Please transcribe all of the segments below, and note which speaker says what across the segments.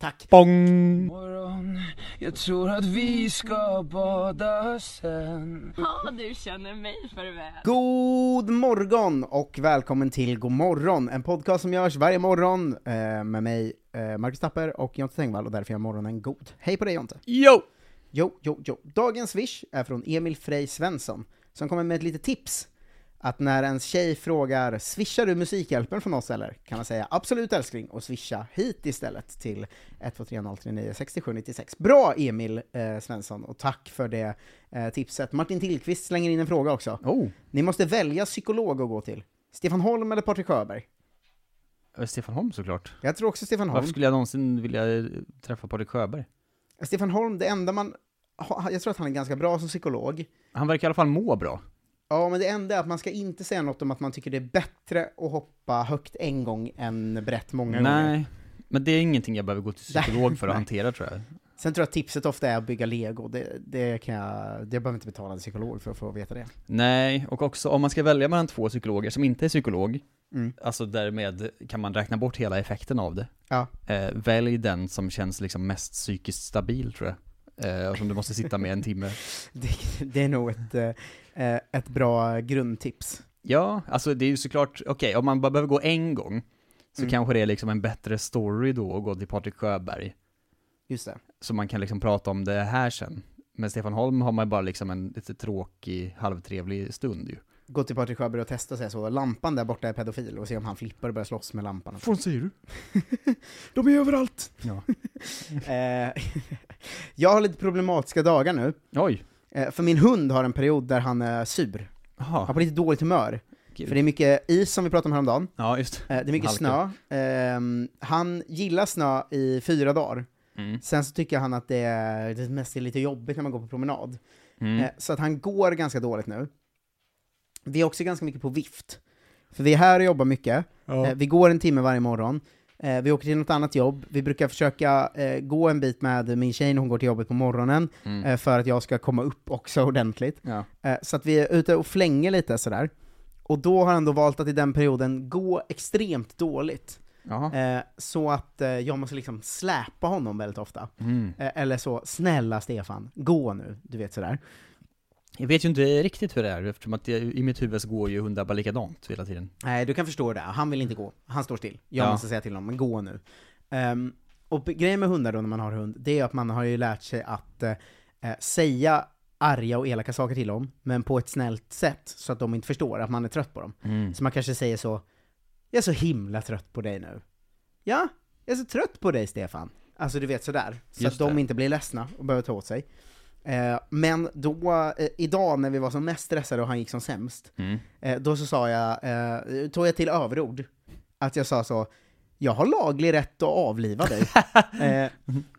Speaker 1: Tack.
Speaker 2: Bong!
Speaker 3: morgon Jag tror att vi ska bada sen
Speaker 4: Ja, du känner mig för väl.
Speaker 1: God morgon och välkommen till God morgon, en podcast som görs varje morgon eh, med mig, eh, Marcus Tapper och Jonte Tengvall och därför är morgonen god. Hej på dig Jonte!
Speaker 2: Jo!
Speaker 1: Jo, jo, jo. Dagens swish är från Emil Frey Svensson, som kommer med ett litet tips. Att när ens tjej frågar “swishar du Musikhjälpen från oss eller?” kan man säga “absolut älskling” och swisha hit istället till 123 6796. Bra Emil eh, Svensson, och tack för det eh, tipset. Martin Tillqvist slänger in en fråga också.
Speaker 2: Oh.
Speaker 1: Ni måste välja psykolog att gå till. Stefan Holm eller Patrik Sjöberg?
Speaker 2: Eh, Stefan Holm såklart.
Speaker 1: Jag tror också Stefan Holm.
Speaker 2: Varför skulle jag någonsin vilja eh, träffa Patrik Sjöberg?
Speaker 1: Stefan Holm, det enda man... ha- Jag tror att han är ganska bra som psykolog.
Speaker 2: Han verkar i alla fall må bra.
Speaker 1: Ja, men det enda är att man ska inte säga något om att man tycker det är bättre att hoppa högt en gång än brett många gånger.
Speaker 2: Nej, men det är ingenting jag behöver gå till psykolog för att
Speaker 1: Nej.
Speaker 2: hantera tror jag.
Speaker 1: Sen tror jag att tipset ofta är att bygga lego. Det, det kan jag... Det behöver inte betala en psykolog för att få veta det.
Speaker 2: Nej, och också om man ska välja mellan två psykologer som inte är psykolog,
Speaker 1: Mm.
Speaker 2: alltså därmed kan man räkna bort hela effekten av det.
Speaker 1: Ja.
Speaker 2: Eh, välj den som känns liksom mest psykiskt stabil tror jag. Eh, och som du måste sitta med en timme.
Speaker 1: Det, det är nog ett, eh, eh, ett bra grundtips.
Speaker 2: Ja, alltså det är ju såklart, okej, om man bara behöver gå en gång, så
Speaker 1: Mm.
Speaker 2: kanske det är liksom en bättre story då att gå till Patrik Sjöberg.
Speaker 1: Just det.
Speaker 2: Så man kan liksom prata om det här sen. Med Stefan Holm har man ju bara liksom en lite tråkig, halvtrevlig stund ju.
Speaker 1: Gå till Patrik Sjöberg och testa och säga så. Lampan där borta är pedofil och se om han flippar och börjar slåss med lampan.
Speaker 2: fan säger du?
Speaker 1: De är överallt!
Speaker 2: Ja.
Speaker 1: Eh, jag har lite problematiska dagar nu.
Speaker 2: Oj!
Speaker 1: Eh, för min hund har en period där han är sur. Han är
Speaker 2: Jaha.
Speaker 1: på lite dåligt humör.
Speaker 2: Gud.
Speaker 1: För det är mycket is som vi pratade om häromdagen.
Speaker 2: Ja, just
Speaker 1: Eh, Det är mycket
Speaker 2: Halka.
Speaker 1: snö. Ehm, han gillar snö i fyra dagar.
Speaker 2: Mm.
Speaker 1: Sen så tycker han att det, är, det mest är lite jobbigt när man går på promenad.
Speaker 2: Mm.
Speaker 1: Eh, Så att han går ganska dåligt nu. Vi är också ganska mycket på vift. För vi är här och jobbar mycket. Eh, Vi går en timme varje morgon. Eh, Vi åker till något annat jobb. Vi brukar försöka eh, gå en bit med min tjej när hon går till jobbet på morgonen,
Speaker 2: Mm.
Speaker 1: eh, för att jag ska komma upp också ordentligt.
Speaker 2: Ja.
Speaker 1: Eh, Så att vi är ute och flänger lite sådär. Och då har han då valt att i den perioden gå extremt dåligt.
Speaker 2: Jaha.
Speaker 1: Eh, Så att eh, jag måste liksom släpa honom väldigt ofta.
Speaker 2: Mm.
Speaker 1: Eh, Eller så, snälla Stefan, gå nu. Du vet sådär.
Speaker 2: Jag vet ju inte riktigt hur det är, eftersom att jag, i mitt huvud så går ju hundar bara likadant hela tiden.
Speaker 1: Nej, du kan förstå det. Han vill inte gå. Han står still. Jag
Speaker 2: Ja.
Speaker 1: måste säga till honom, men gå nu. Ehm, och be- grejen med hundar då när man har hund, det är att man har ju lärt sig att eh, eh, säga arga och elaka saker till dem, men på ett snällt sätt, så att de inte förstår att man är trött på dem.
Speaker 2: Mm.
Speaker 1: Så man kanske säger så, jag är så himla trött på dig nu. Ja, jag är så trött på dig Stefan. Alltså du vet sådär. Så
Speaker 2: Just
Speaker 1: att de
Speaker 2: det.
Speaker 1: inte blir ledsna och behöver ta åt sig. Eh, men då, eh, idag när vi var som mest stressade och han gick som sämst,
Speaker 2: Mm.
Speaker 1: Eh, då så sa jag, eh, tog jag till överord. Att jag sa så, jag har laglig rätt att avliva dig. eh,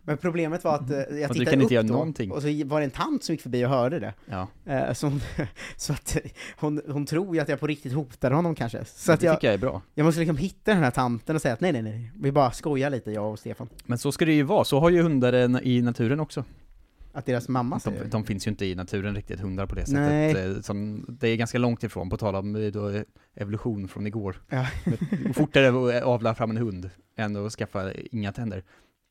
Speaker 1: men problemet var att eh, jag
Speaker 2: du
Speaker 1: tittade
Speaker 2: kan inte
Speaker 1: upp
Speaker 2: göra
Speaker 1: då,
Speaker 2: någonting.
Speaker 1: och så var det en tant som gick förbi och hörde det.
Speaker 2: Ja,
Speaker 1: Eh, så hon, så att, eh, hon, hon tror ju att jag på riktigt hotar honom kanske. Så
Speaker 2: det
Speaker 1: att jag,
Speaker 2: tycker jag är bra.
Speaker 1: jag måste liksom hitta den här tanten och säga att nej, nej, nej, vi bara skojar lite jag och Stefan.
Speaker 2: Men så ska det ju vara, så har ju hundar en- i naturen också.
Speaker 1: Att deras mamma säger
Speaker 2: De, Alltså, de finns ju inte i naturen riktigt, hundar på det
Speaker 1: Nej.
Speaker 2: sättet. Eh, Som, det är ganska långt ifrån, på tal om eh, då, eh, evolution från igår.
Speaker 1: Ja.
Speaker 2: Fortare att eh, avla fram en hund än att skaffa inga tänder.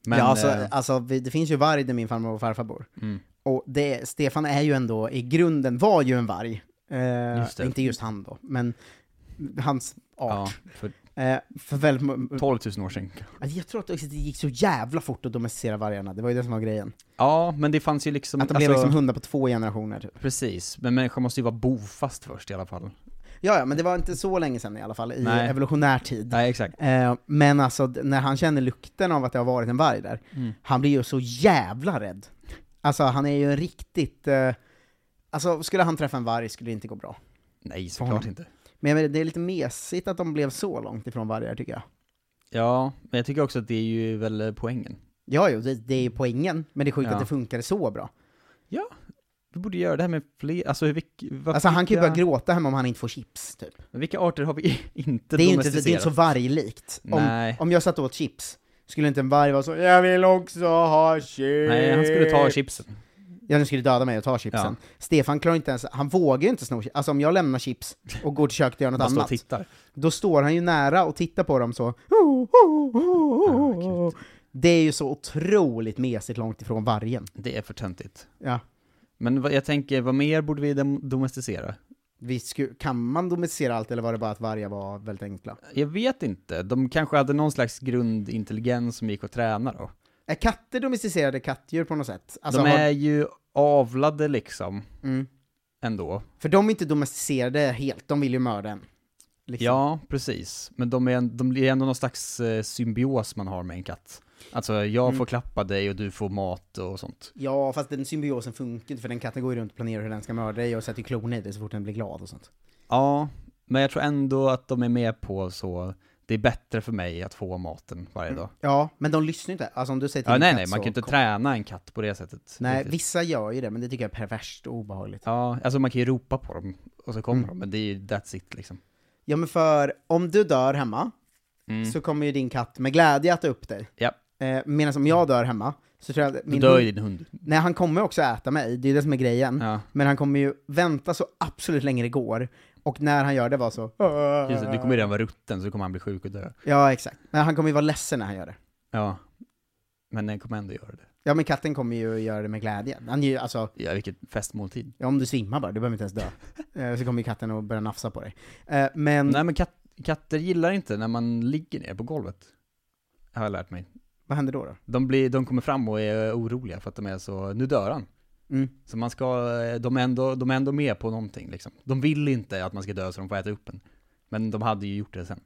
Speaker 2: Men,
Speaker 1: ja, alltså,
Speaker 2: eh,
Speaker 1: alltså, vi, det finns ju varg där min farmor och farfar bor.
Speaker 2: Mm.
Speaker 1: Och det, Stefan är ju ändå, i grunden var ju en varg. Eh,
Speaker 2: Just det.
Speaker 1: Inte just han då, men hans art.
Speaker 2: ja, för
Speaker 1: Eh, för väldigt, må-
Speaker 2: 12 000 år sedan.
Speaker 1: Alltså, jag tror att det också gick så jävla fort att domesticera vargarna, det var ju det som var grejen.
Speaker 2: Ja, men det fanns ju liksom...
Speaker 1: Att de blev liksom hundar på två generationer typ.
Speaker 2: Precis, men människan måste ju vara bofast först i alla fall.
Speaker 1: Ja, ja, men det var inte så länge sedan i alla fall, i
Speaker 2: Nej.
Speaker 1: evolutionär tid.
Speaker 2: Nej, exakt.
Speaker 1: Eh, men alltså, d- när han känner lukten av att det har varit en varg där,
Speaker 2: Mm.
Speaker 1: han blir ju så jävla rädd. Alltså han är ju en riktigt... Eh, alltså skulle han träffa en varg skulle det inte gå bra.
Speaker 2: Nej,
Speaker 1: Fan.
Speaker 2: såklart inte.
Speaker 1: Men jag menar, det är lite mesigt att de blev så långt ifrån vargar tycker jag.
Speaker 2: Ja, men jag tycker också att det är ju väl eh, poängen.
Speaker 1: Ja, jo, det, det är ju poängen, men det är sjukt
Speaker 2: Ja.
Speaker 1: att det funkar så bra.
Speaker 2: Vi borde göra det här med fler, alltså hur vilk, vad-
Speaker 1: Alltså han kan ju
Speaker 2: vilka-
Speaker 1: börja gråta hemma om han inte får chips, typ.
Speaker 2: Vilka arter har vi inte
Speaker 1: Det är ju inte, det
Speaker 2: domesticerat?
Speaker 1: är inte så varglikt. Om,
Speaker 2: Nej.
Speaker 1: om jag satt åt chips, skulle inte en varg vara så 'Jag vill också ha chips'
Speaker 2: Nej, han skulle ta chipsen.
Speaker 1: Ja, nu skulle döda mig och ta chipsen. Stefan klarar inte ens, han vågar ju inte sno chips. Alltså om jag lämnar chips och går till köket och gör något
Speaker 2: Bara stå och
Speaker 1: annat,
Speaker 2: tittar.
Speaker 1: då står han ju nära och tittar på dem så.
Speaker 2: Ah, gud.
Speaker 1: Det är ju så otroligt mesigt långt ifrån vargen.
Speaker 2: Det är för töntigt.
Speaker 1: Ja.
Speaker 2: Men vad, jag tänker, vad mer borde vi dom- domesticera?
Speaker 1: Vi sku, kan man domesticera allt eller var det bara att vargar var väldigt enkla?
Speaker 2: Jag vet inte, de kanske hade någon slags grundintelligens som gick att träna då.
Speaker 1: Är katter domesticerade kattdjur på något sätt? Alltså,
Speaker 2: de
Speaker 1: har-
Speaker 2: är ju avlade liksom,
Speaker 1: Mm. Liksom.
Speaker 2: ändå.
Speaker 1: För de är inte domesticerade helt, de vill ju mörda en. Liksom.
Speaker 2: Ja, precis. Men de är, en- de är ändå någon slags eh, symbios man har med en katt. Alltså, jag
Speaker 1: Mm.
Speaker 2: får klappa dig och du får mat och sånt.
Speaker 1: Ja, fast den symbiosen funkar inte för den katten går ju runt och planerar hur den ska mörda dig och sätter ju klorna i dig så fort den blir glad och sånt.
Speaker 2: Ja, men jag tror ändå att de är med på så, det är bättre för mig att få maten varje
Speaker 1: Mm.
Speaker 2: dag.
Speaker 1: Ja, men de lyssnar ju inte. Alltså om du säger till
Speaker 2: Ja,
Speaker 1: en
Speaker 2: nej,
Speaker 1: katt
Speaker 2: nej, man
Speaker 1: så-
Speaker 2: kan ju inte träna en katt på det sättet.
Speaker 1: Nej,
Speaker 2: riktigt.
Speaker 1: vissa gör ju det, men det tycker jag är perverst och obehagligt. Ja.
Speaker 2: Ja, alltså man kan ju ropa på dem och så
Speaker 1: Mm.
Speaker 2: kommer de, men det är ju that's it liksom.
Speaker 1: men för om du dör hemma, så kommer ju din katt med glädje äta upp dig.
Speaker 2: Mm. Ja,
Speaker 1: Eh, Medan om jag dör hemma, så tror jag att
Speaker 2: då
Speaker 1: min
Speaker 2: dör
Speaker 1: hund- Mm.
Speaker 2: ju din hund.
Speaker 1: Nej, han kommer också äta mig, det är det som är grejen.
Speaker 2: Ja.
Speaker 1: Men han kommer ju vänta så absolut länge det går, och när han gör det var så...
Speaker 2: Just det, du kommer ju redan vara rutten så kommer han bli sjuk och dö.
Speaker 1: Ja, exakt. Men han kommer ju vara ledsen när han gör det.
Speaker 2: Ja. Men den kommer ändå göra det.
Speaker 1: Ja, men katten kommer ju göra det med glädje. Han är ju, alltså,
Speaker 2: Ja, vilket festmåltid.
Speaker 1: ja, om du svimmar bara, du behöver inte ens dö. Eh, så kommer ju katten att börja nafsa på dig. Eh, men,
Speaker 2: Nej men kat katter gillar inte när man ligger ner på golvet. Har jag lärt mig.
Speaker 1: vad händer då? då?
Speaker 2: De, blir, de kommer fram och är oroliga för att de är så, nu dör han.
Speaker 1: Mm.
Speaker 2: Så man ska, de är, ändå, de är ändå med på någonting liksom. De vill inte att man ska dö så de får äta upp en. Men de hade ju gjort det sen.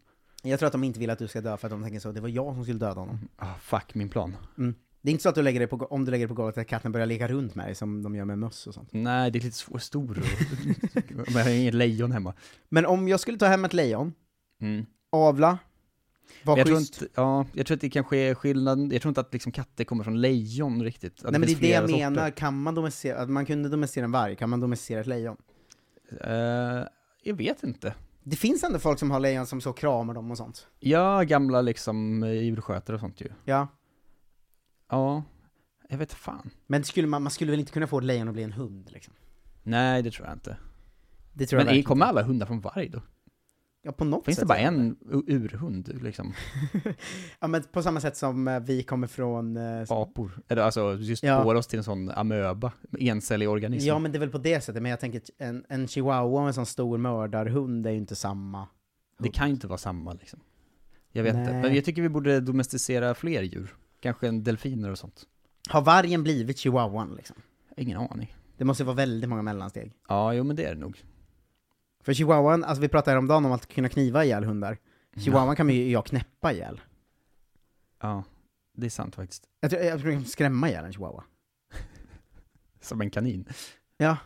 Speaker 1: Jag tror att de inte vill att du ska dö för att de tänker så, det var jag som skulle döda honom.
Speaker 2: Ah, fuck min plan.
Speaker 1: Mm. Det är inte så att du lägger dig på, go- om du lägger dig på golvet att katten börjar leka runt med dig som de gör med möss och sånt.
Speaker 2: Nej, det är lite svår, stor. och- Men jag har inget lejon hemma.
Speaker 1: Men om jag skulle ta hem ett lejon,
Speaker 2: Mm.
Speaker 1: avla,
Speaker 2: Men
Speaker 1: var
Speaker 2: Jag, tror
Speaker 1: schysst.
Speaker 2: inte, ja, jag tror att det kanske är skillnaden, jag tror inte att liksom katter kommer från lejon riktigt.
Speaker 1: Nej
Speaker 2: Att
Speaker 1: men det är
Speaker 2: finns
Speaker 1: det jag
Speaker 2: flera
Speaker 1: menar,
Speaker 2: sorter.
Speaker 1: kan man domesticera, att man kunde domesticera en varg, kan man domesticera ett lejon?
Speaker 2: Eh, jag vet inte.
Speaker 1: Det finns ändå folk som har lejon som så kramar dem och sånt.
Speaker 2: Ja, gamla liksom eh, djurskötare och sånt ju.
Speaker 1: Ja.
Speaker 2: Ja, jag vet fan.
Speaker 1: Men skulle man, man skulle väl inte kunna få ett lejon att bli en hund liksom?
Speaker 2: Nej, det tror jag inte.
Speaker 1: Det tror jag
Speaker 2: Men är-
Speaker 1: verkligen
Speaker 2: kommer
Speaker 1: inte.
Speaker 2: alla hundar från varg då?
Speaker 1: Ja, på något
Speaker 2: Finns
Speaker 1: sätt
Speaker 2: det bara
Speaker 1: gör de
Speaker 2: en u- urhund liksom?
Speaker 1: Ja men på samma sätt som eh, vi kommer från... eh,
Speaker 2: Apor? Eller alltså, just
Speaker 1: Ja.
Speaker 2: spår oss till en sån amöba, encellig organism.
Speaker 1: Ja men det är väl på det sättet, men jag tänker att en, en chihuahua och en sån stor mördarhund är ju inte samma.
Speaker 2: Det kan ju inte vara samma liksom. Jag vet inte,
Speaker 1: Nej.
Speaker 2: men jag tycker vi borde domesticera fler djur. Kanske en delfiner och sånt.
Speaker 1: Har vargen blivit chihuahuan liksom?
Speaker 2: Ingen aning.
Speaker 1: Det måste ju vara väldigt många mellansteg.
Speaker 2: Ja, jo men det är det nog.
Speaker 1: För chihuahuan, alltså vi pratade häromdagen om att kunna kniva ihjäl hundar. Chihuahuan kan man ju jag knäppa ihjäl.
Speaker 2: Ja, det är sant faktiskt.
Speaker 1: Jag tror jag, tror jag kan skrämma ihjäl en chihuahua.
Speaker 2: Som en kanin.
Speaker 1: Ja.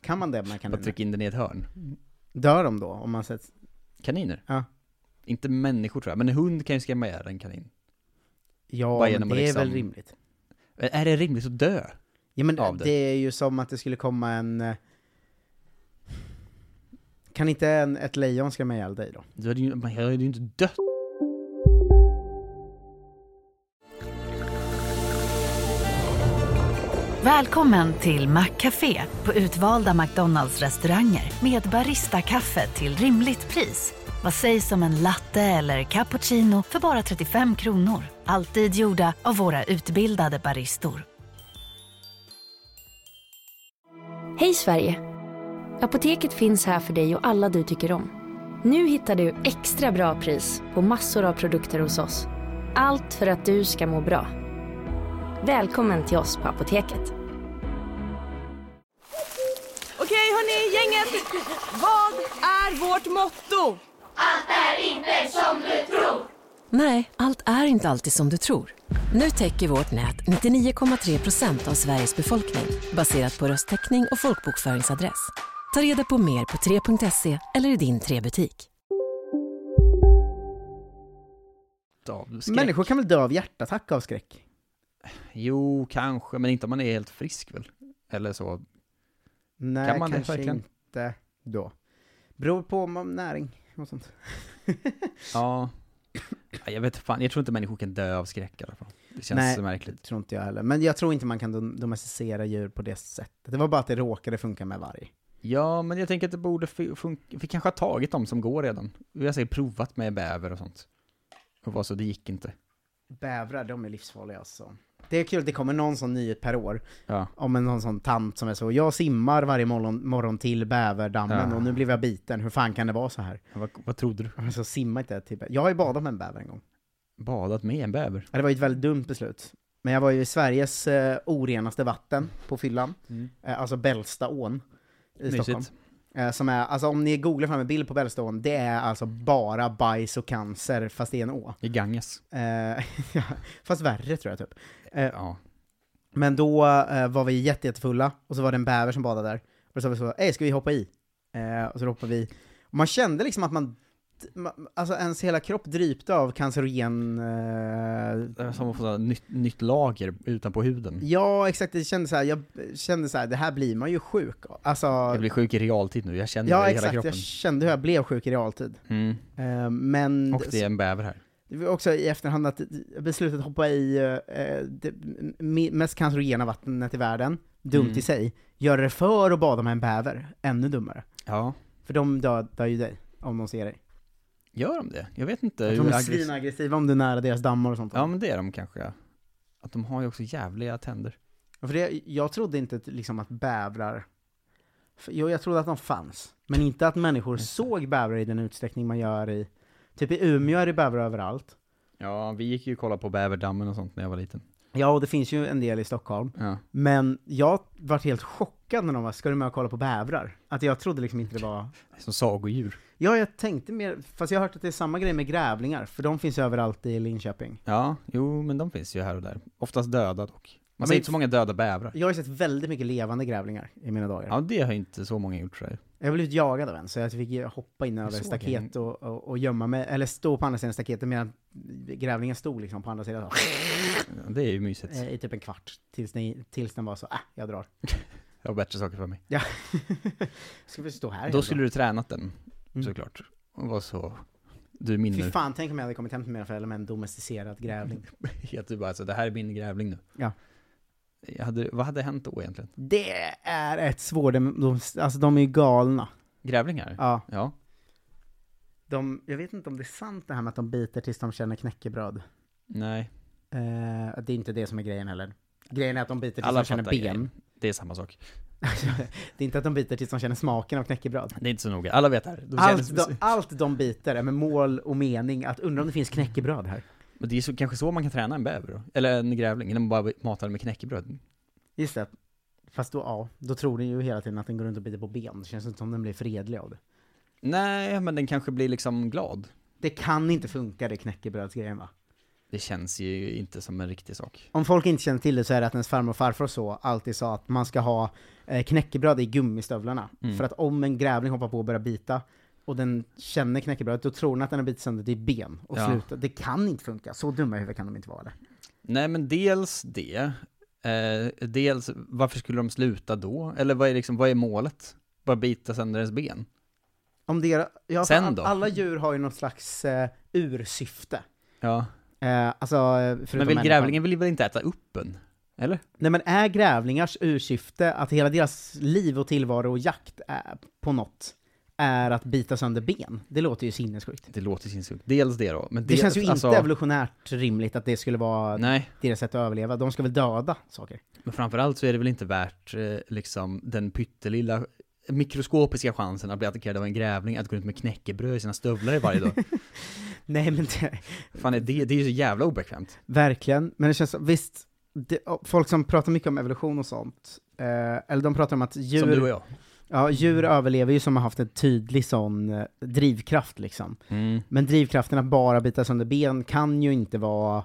Speaker 1: Kan man det med
Speaker 2: Bara
Speaker 1: kaniner?
Speaker 2: trycka in den i ett hörn.
Speaker 1: Dör de då? Om man sett...
Speaker 2: Kaniner?
Speaker 1: Ja.
Speaker 2: Inte människor tror jag, men en hund kan ju skrämma ihjäl en kanin.
Speaker 1: Ja,
Speaker 2: Bara
Speaker 1: men
Speaker 2: genom att
Speaker 1: det är
Speaker 2: liksom-
Speaker 1: väl rimligt.
Speaker 2: Ä- Är det rimligt att dö?
Speaker 1: Ja men
Speaker 2: av
Speaker 1: det.
Speaker 2: det.
Speaker 1: är ju som att det skulle komma en... eh, Kan inte en, ett lejon skrämma ihjäl dig då?
Speaker 2: Du hade ju, man hade ju inte dött.
Speaker 5: Välkommen till Maccafé på utvalda McDonalds restauranger med Baristakaffe till rimligt pris. Vad sägs om en latte eller cappuccino för bara 35 kronor? Alltid gjorda av våra utbildade baristor.
Speaker 6: Hej Sverige! Apoteket finns här för dig och alla du tycker om. Nu hittar du extra bra pris på massor av produkter hos oss. Allt för att du ska må bra. Välkommen till oss på Apoteket.
Speaker 7: Okej hörni, gänget! Vad är vårt motto?
Speaker 8: Nej, allt är inte alltid som du tror. Nu täcker vårt nät 99,3 procent av Sveriges befolkning baserat på röstteckning och folkbokföringsadress. Ta reda på mer på 3.se eller i din 3-butik.
Speaker 2: Av skräck.
Speaker 1: Människor kan väl dö av hjärtattack av skräck?
Speaker 2: Jo, kanske, men inte om man är helt frisk väl? Eller så.
Speaker 1: Nej,
Speaker 2: Kan man det
Speaker 1: kanske
Speaker 2: verkligen?
Speaker 1: inte då. Beror på om man näring och sånt.
Speaker 2: Ja. Ja, Jag vet fan, jag tror inte människor kan dö av skräck i alla fall. Det känns
Speaker 1: Nej.
Speaker 2: så märkligt.
Speaker 1: Tror inte jag heller. Men jag tror inte man kan dom- domesticera djur på det sättet. Det var bara att det råkade funka med varg.
Speaker 2: Ja, men jag tänker att det borde fu- funka. Vi kanske har tagit dem som går redan. Vi har säkert provat med bäver och sånt. Och vad så, det gick inte.
Speaker 1: Bävrar, de är livsfarliga alltså. Det är kul att det kommer någon sån nyhet per år.
Speaker 2: Ja.
Speaker 1: Om en någon sån tant som är så, jag simmar varje morgon, morgon till bäverdammen
Speaker 2: Ja.
Speaker 1: och nu blev jag biten, hur fan kan det vara så här?
Speaker 2: Vad, vad trodde du?
Speaker 1: Alltså simma inte till bäver. Jag har ju badat med en bäver en gång.
Speaker 2: Badat med en bäver?
Speaker 1: Ja, Det var ju ett väldigt dumt beslut. Men jag var ju i Sveriges eh, orenaste vatten på fyllan,
Speaker 2: Mm.
Speaker 1: eh, alltså Bällstaån i Stockholm. Eh, som är, alltså om ni googlar fram en bild på Bällstaån, det är alltså bara bajs och cancer fast i en å.
Speaker 2: I Ganges.
Speaker 1: Eh, ja, fast värre tror jag typ. Eh,
Speaker 2: Ja.
Speaker 1: Men då eh, var vi jätte, jättefulla, och så var det en bäver som badade där. Och då sa vi så, ey ska vi hoppa i? Eh, och så hoppade vi. Och man kände liksom att man, man alltså ens hela kropp drypte av cancerogen... Eh,
Speaker 2: Det är Som att få ett nytt, nytt lager utanpå huden.
Speaker 1: ja, exakt, det kändes så här, jag kände så här, det här blir man ju sjuk av. Alltså,
Speaker 2: Jag blir sjuk i realtid nu, jag känner
Speaker 1: ja
Speaker 2: det i hela
Speaker 1: exakt,
Speaker 2: kroppen.
Speaker 1: jag kände hur jag blev sjuk i realtid.
Speaker 2: Mm.
Speaker 1: Eh, men...
Speaker 2: Och det är en bäver här.
Speaker 1: Det var också i efterhand att beslutet att hoppa i eh, det me- mest cancerogena vattnet i världen, dumt
Speaker 2: Mm.
Speaker 1: i sig. Göra det för att bada med en bäver, ännu dummare.
Speaker 2: Ja.
Speaker 1: För de dödar ju dig, om de ser dig.
Speaker 2: Gör de det? Jag vet inte.
Speaker 1: De
Speaker 2: hur
Speaker 1: är
Speaker 2: aggress-
Speaker 1: svinaggressiva om du är nära deras dammar och sånt.
Speaker 2: Ja men det är de kanske. ja. Att de har ju också jävliga tänder.
Speaker 1: För det, jag trodde inte att, liksom att bävrar... för- Jo, jag trodde att de fanns. Men inte att människor såg bävrar i den utsträckning man gör i... Typ i Umeå är det bävrar överallt.
Speaker 2: Ja, vi gick ju och kollade på bäverdammen och sånt när jag var liten.
Speaker 1: Ja, och det finns ju en del i Stockholm.
Speaker 2: Ja.
Speaker 1: Men jag vart helt chockad när de var ska du med och kolla på bävrar? Att jag trodde liksom inte det var...
Speaker 2: Som sagodjur.
Speaker 1: Ja, jag tänkte mer, fast jag har hört att det är samma grej med grävlingar, för de finns överallt i Linköping.
Speaker 2: Ja, jo men de finns ju här och där. Oftast döda dock. Man
Speaker 1: men-
Speaker 2: ser inte så många döda bävrar.
Speaker 1: Jag har ju sett väldigt mycket levande grävlingar i mina dagar.
Speaker 2: Ja, det har ju inte så många gjort tror jag.
Speaker 1: Jag blev jagad av en, så jag fick ju hoppa in över
Speaker 2: såg
Speaker 1: staket och, och, och gömma mig, eller stå på andra sidan staketet medan grävlingen stod liksom på andra sidan så,
Speaker 2: Ja, Det är ju mysigt.
Speaker 1: eh, i typ en kvart, tills, den- tills den var så, äh, jag drar.
Speaker 2: Jag har bättre saker för mig.
Speaker 1: Ja. ska vi stå här
Speaker 2: Då
Speaker 1: hela
Speaker 2: skulle du tränat den,
Speaker 1: Mm.
Speaker 2: såklart. Och var så... Du är
Speaker 1: dagen.
Speaker 2: min
Speaker 1: Fy
Speaker 2: nu.
Speaker 1: fan, tänk om jag hade kommit hem till mina föräldrar med en domesticerad grävling.
Speaker 2: Att du bara alltså, det här är min grävling nu.
Speaker 1: Ja.
Speaker 2: Jag hade, vad hade hänt då egentligen?
Speaker 1: Det är ett svår... De, de, alltså de är ju galna.
Speaker 2: Grävlingar?
Speaker 1: Ja.
Speaker 2: Ja.
Speaker 1: De, jag vet inte om det är sant det här med att de biter tills de känner knäckebröd.
Speaker 2: Nej,
Speaker 1: Eh, det är inte det som är grejen heller. Grejen är att de biter tills
Speaker 2: Alla
Speaker 1: de känner
Speaker 2: fattar
Speaker 1: ben.
Speaker 2: grejen. det är samma sak.
Speaker 1: Det är inte att de biter tills de känner smaken av knäckebröd.
Speaker 2: Det är inte så noga, alla vet det här. De
Speaker 1: Allt
Speaker 2: känner-
Speaker 1: de, allt de biter är med mål och mening att undra om det finns knäckebröd här.
Speaker 2: Men det är så, kanske så man kan träna en bäver då. Eller en grävling, när man bara matar den med knäckebröd.
Speaker 1: Just det. Fast då, ja, då tror den ju hela tiden att den går runt och biter på ben. Det känns inte som den blir fredlig av det.
Speaker 2: Nej, men den kanske blir liksom glad.
Speaker 1: Det kan inte funka det knäckebrödsgrejen va?
Speaker 2: Det känns ju inte som en riktig sak.
Speaker 1: Om folk inte känner till det så är det att ens farmor och farfar och så alltid sa att man ska ha eh, knäckebröd i gummistövlarna.
Speaker 2: Mm.
Speaker 1: För att om en grävling hoppar på och börjar bita, och den känner knäckebrödet, då tror den att den har bitit sönder ditt ben och
Speaker 2: Ja.
Speaker 1: slutar. Det kan inte funka, så dumma i huvudet kan de inte vara. Eller?
Speaker 2: Nej, men dels det. Eh, dels, varför skulle de sluta då? Eller vad är, liksom, vad är målet? Bara bita sönder ens ben?
Speaker 1: Om det, ja,
Speaker 2: Sen
Speaker 1: all-
Speaker 2: då?
Speaker 1: Alla djur har ju något slags eh, ursyfte.
Speaker 2: Ja.
Speaker 1: Eh, alltså, eh, förutom
Speaker 2: Men vill
Speaker 1: människan.
Speaker 2: grävlingen vill väl inte äta upp en? Eller?
Speaker 1: Nej men är grävlingars ursyfte att hela deras liv och tillvaro och jakt är, på något är att bita sönder ben? Det låter ju sinnessjukt.
Speaker 2: Det låter sinnessjukt. Dels det då. Men
Speaker 1: Det
Speaker 2: dels-
Speaker 1: känns ju
Speaker 2: alltså-
Speaker 1: inte evolutionärt rimligt att det skulle vara
Speaker 2: Nej,
Speaker 1: deras sätt att överleva. De ska väl döda saker?
Speaker 2: men framförallt så är det väl inte värt eh, liksom den pyttelilla mikroskopiska chansen att bli attackerad av en grävling att gå runt med knäckebröd i sina stövlar varje dag.
Speaker 1: Nej men det,
Speaker 2: Fan, är det, det är ju så jävla obekvämt.
Speaker 1: verkligen, men det känns som, visst, det, folk som pratar mycket om evolution och sånt, eh, eller de pratar om att djur...
Speaker 2: Som du och jag.
Speaker 1: Ja, djur överlever ju som har haft en tydlig sån eh, drivkraft liksom. Men drivkraften att bara bita sönder ben kan ju inte vara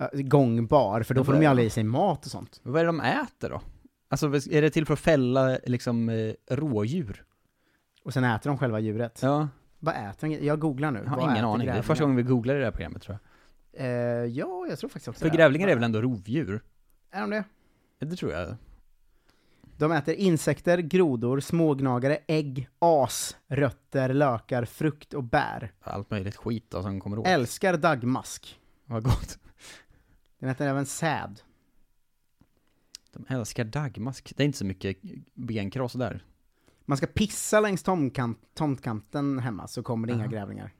Speaker 1: eh, gångbar, för då får de ju aldrig i sig mat och sånt.
Speaker 2: Men Vad är det de äter då? Alltså är det till för att fälla liksom eh, rådjur?
Speaker 1: Och sen äter de själva djuret.
Speaker 2: Ja,
Speaker 1: Vad äter de? Jag googlar nu.
Speaker 2: jag har
Speaker 1: Vad
Speaker 2: ingen
Speaker 1: äter
Speaker 2: aning. Det är
Speaker 1: grävlingar?
Speaker 2: första gången vi googlar i det här programmet tror jag.
Speaker 1: Eh, ja, jag tror faktiskt också
Speaker 2: För
Speaker 1: det.
Speaker 2: grävlingar är väl ändå rovdjur?
Speaker 1: Är de det?
Speaker 2: Det tror jag.
Speaker 1: De äter insekter, grodor, smågnagare, ägg, as, rötter, lökar, frukt och bär.
Speaker 2: Allt möjligt skit då, som kommer åt.
Speaker 1: Älskar dagmask.
Speaker 2: Vad gott.
Speaker 1: Den äter även säd.
Speaker 2: De älskar dagmask. Det är inte så mycket benkross där.
Speaker 1: Man ska pissa längs tomkant, tomtkanten hemma så kommer det inga grävlingar.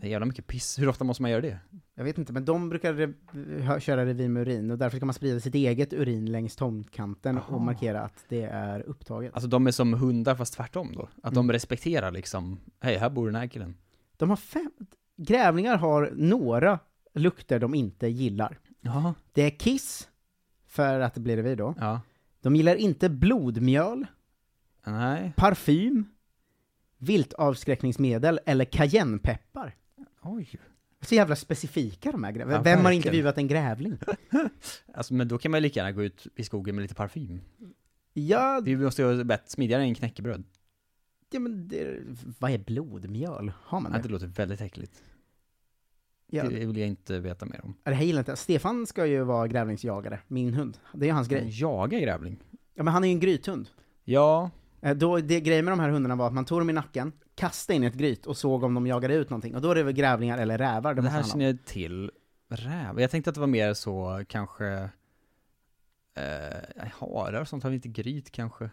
Speaker 2: Det är jävla mycket piss. Hur ofta måste man göra det?
Speaker 1: Jag vet inte, men de brukar re- hö- köra revir med urin och därför ska man sprida sitt eget urin längs tomtkanten och markera att det är upptaget.
Speaker 2: Alltså de är som hundar fast tvärtom då. Att de respekterar liksom, hej här bor den här killen.
Speaker 1: De har fem... Grävlingar har några lukter de inte gillar.
Speaker 2: Jaha.
Speaker 1: Det är kiss, för att det blir revir då.
Speaker 2: Ja.
Speaker 1: De gillar inte blodmjöl,
Speaker 2: Nej.
Speaker 1: parfym, viltavskräckningsmedel eller cayennepeppar.
Speaker 2: Oj.
Speaker 1: Så jävla specifika de här
Speaker 2: Ja,
Speaker 1: grävlingarna. Vem har
Speaker 2: verkligen.
Speaker 1: intervjuat en grävling?
Speaker 2: Alltså men då kan man ju lika gärna gå ut i skogen med lite parfym.
Speaker 1: Ja,
Speaker 2: Det måste ju vara bättre, smidigare än knäckebröd.
Speaker 1: ja men det, vad är blodmjöl? Har man
Speaker 2: Nej, det
Speaker 1: det?
Speaker 2: låter väldigt äckligt.
Speaker 1: Ja,
Speaker 2: Det vill jag inte veta mer om.
Speaker 1: det här gillar inte jag. Stefan ska ju vara grävlingsjagare, min hund. Det är ju hans
Speaker 2: Men
Speaker 1: grej.
Speaker 2: Mm. Jaga grävling?
Speaker 1: Ja men han är ju en grythund.
Speaker 2: Ja,
Speaker 1: Eh, Då, det grejen med de här hundarna var att man tog dem i nacken, kastade in i ett gryt och såg om de jagade ut någonting. Och då är det väl grävlingar eller rävar de
Speaker 2: det här
Speaker 1: måste
Speaker 2: känner jag till. Räv? Jag tänkte att det var mer så kanske eh, harar och sånt, har vi inte gryt kanske?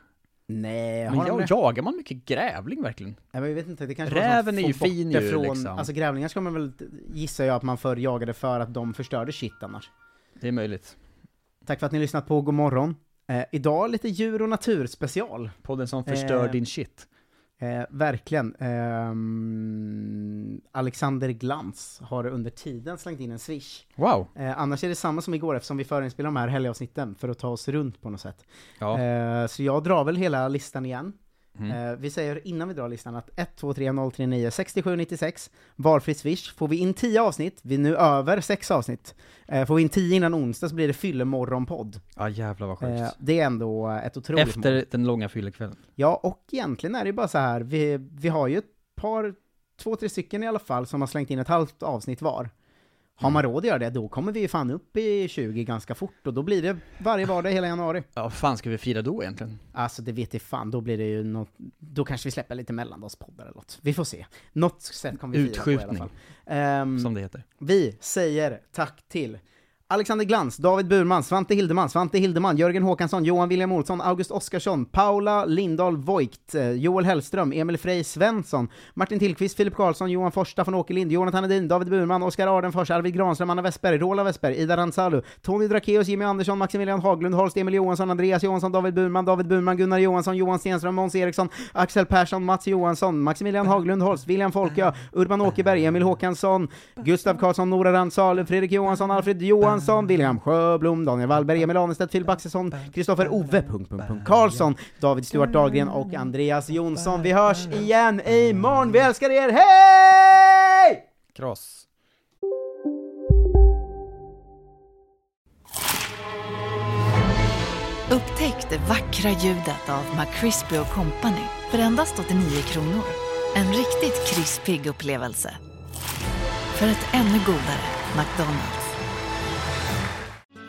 Speaker 1: Nej,
Speaker 2: men
Speaker 1: har de
Speaker 2: jag,
Speaker 1: det?
Speaker 2: jagar man mycket grävling verkligen?
Speaker 1: Nej, men jag vet inte, det kanske
Speaker 2: Räven
Speaker 1: var
Speaker 2: är ju
Speaker 1: som
Speaker 2: fin
Speaker 1: folk
Speaker 2: ju,
Speaker 1: från,
Speaker 2: liksom.
Speaker 1: Alltså grävlingar ska man väl, gissar jag att man förr jagade för att de förstörde shit annars.
Speaker 2: Det är möjligt.
Speaker 1: Tack för att ni har lyssnat på God morgon. Eh, idag lite djur och natur special.
Speaker 2: Podden som förstör
Speaker 1: Eh,
Speaker 2: din shit.
Speaker 1: Eh, verkligen. Ehm, Alexander Glans har under tiden slängt in en swish.
Speaker 2: Wow!
Speaker 1: Eh, annars är det samma som igår eftersom vi förinspelar de här helgavsnitten för att ta oss runt på något sätt.
Speaker 2: Ja. Mm.
Speaker 1: Eh, så jag drar väl hela listan igen. Eh, vi säger innan vi drar listan att 123039 6796, valfri swish. Får vi in 10 avsnitt, vi är nu över 6 avsnitt. Eh, får vi in 10 innan onsdag så blir det fyllemorgonpodd.
Speaker 2: Ja jävlar vad sjukt.
Speaker 1: Eh, det är ändå ett otroligt mål.
Speaker 2: Efter den långa fyllekvällen.
Speaker 1: Ja, och egentligen är det ju bara så här, vi, vi har ju ett par, två, tre stycken i alla fall som har slängt in ett halvt avsnitt var. Har man råd att göra det, då kommer vi ju fan upp i 20 ganska fort och då blir det varje vardag hela januari.
Speaker 2: Ja vad fan ska vi fira då egentligen?
Speaker 1: Alltså det vet jag fan, då blir det ju något, då kanske vi släpper lite mellandagspoddar eller något. Vi får se. Något sätt kommer vi fira på i alla
Speaker 2: Utskjutning.
Speaker 1: fall. Ehm,
Speaker 2: Som det heter.
Speaker 1: vi säger tack till Alexander Glans, David Burman, Svante Hildeman, Svante Hildeman, Jörgen Håkansson, Johan William Olsson, August Oskarsson, Paula Lindahl Voigt, eh, Joel Hellström, Emil Frey Svensson, Martin Tillqvist, Filip Karlsson, Johan Forsta från Åkerlind, Jonathan Hedin, David Burman, Oskar Ardenfors, Arvid Granström, Anna Westberg, Rola Westberg, Ida Ransalu, Tony Drakeus, Jimmy Andersson, Maximilian Haglund, Holst, Emil Johansson, Andreas Johansson, David Burman, David Burman, Gunnar Johansson, Johan Stenström, Måns Eriksson, Axel Persson, Mats Johansson, Maximilian Haglund Holst, William Folkö, Urban Åkerberg, Emil Håkansson, Gustav Karlsson, Nora Rantzal, Fredrik Johansson, Alfred Johansson, William Sjöblom, Daniel Wallberg, Emil Ahnestedt, Filip Axelsson, Kristoffer Ove, punkt, punkt, punkt, Karlsson, David Stuart Dahlgren och Andreas Jonsson. Vi hörs igen imorgon. Vi älskar er. Hej!
Speaker 2: Kross.
Speaker 5: Upptäck det vackra ljudet av McCrispy Company för endast 89 kronor. En riktigt krispig upplevelse. För ett ännu godare McDonalds.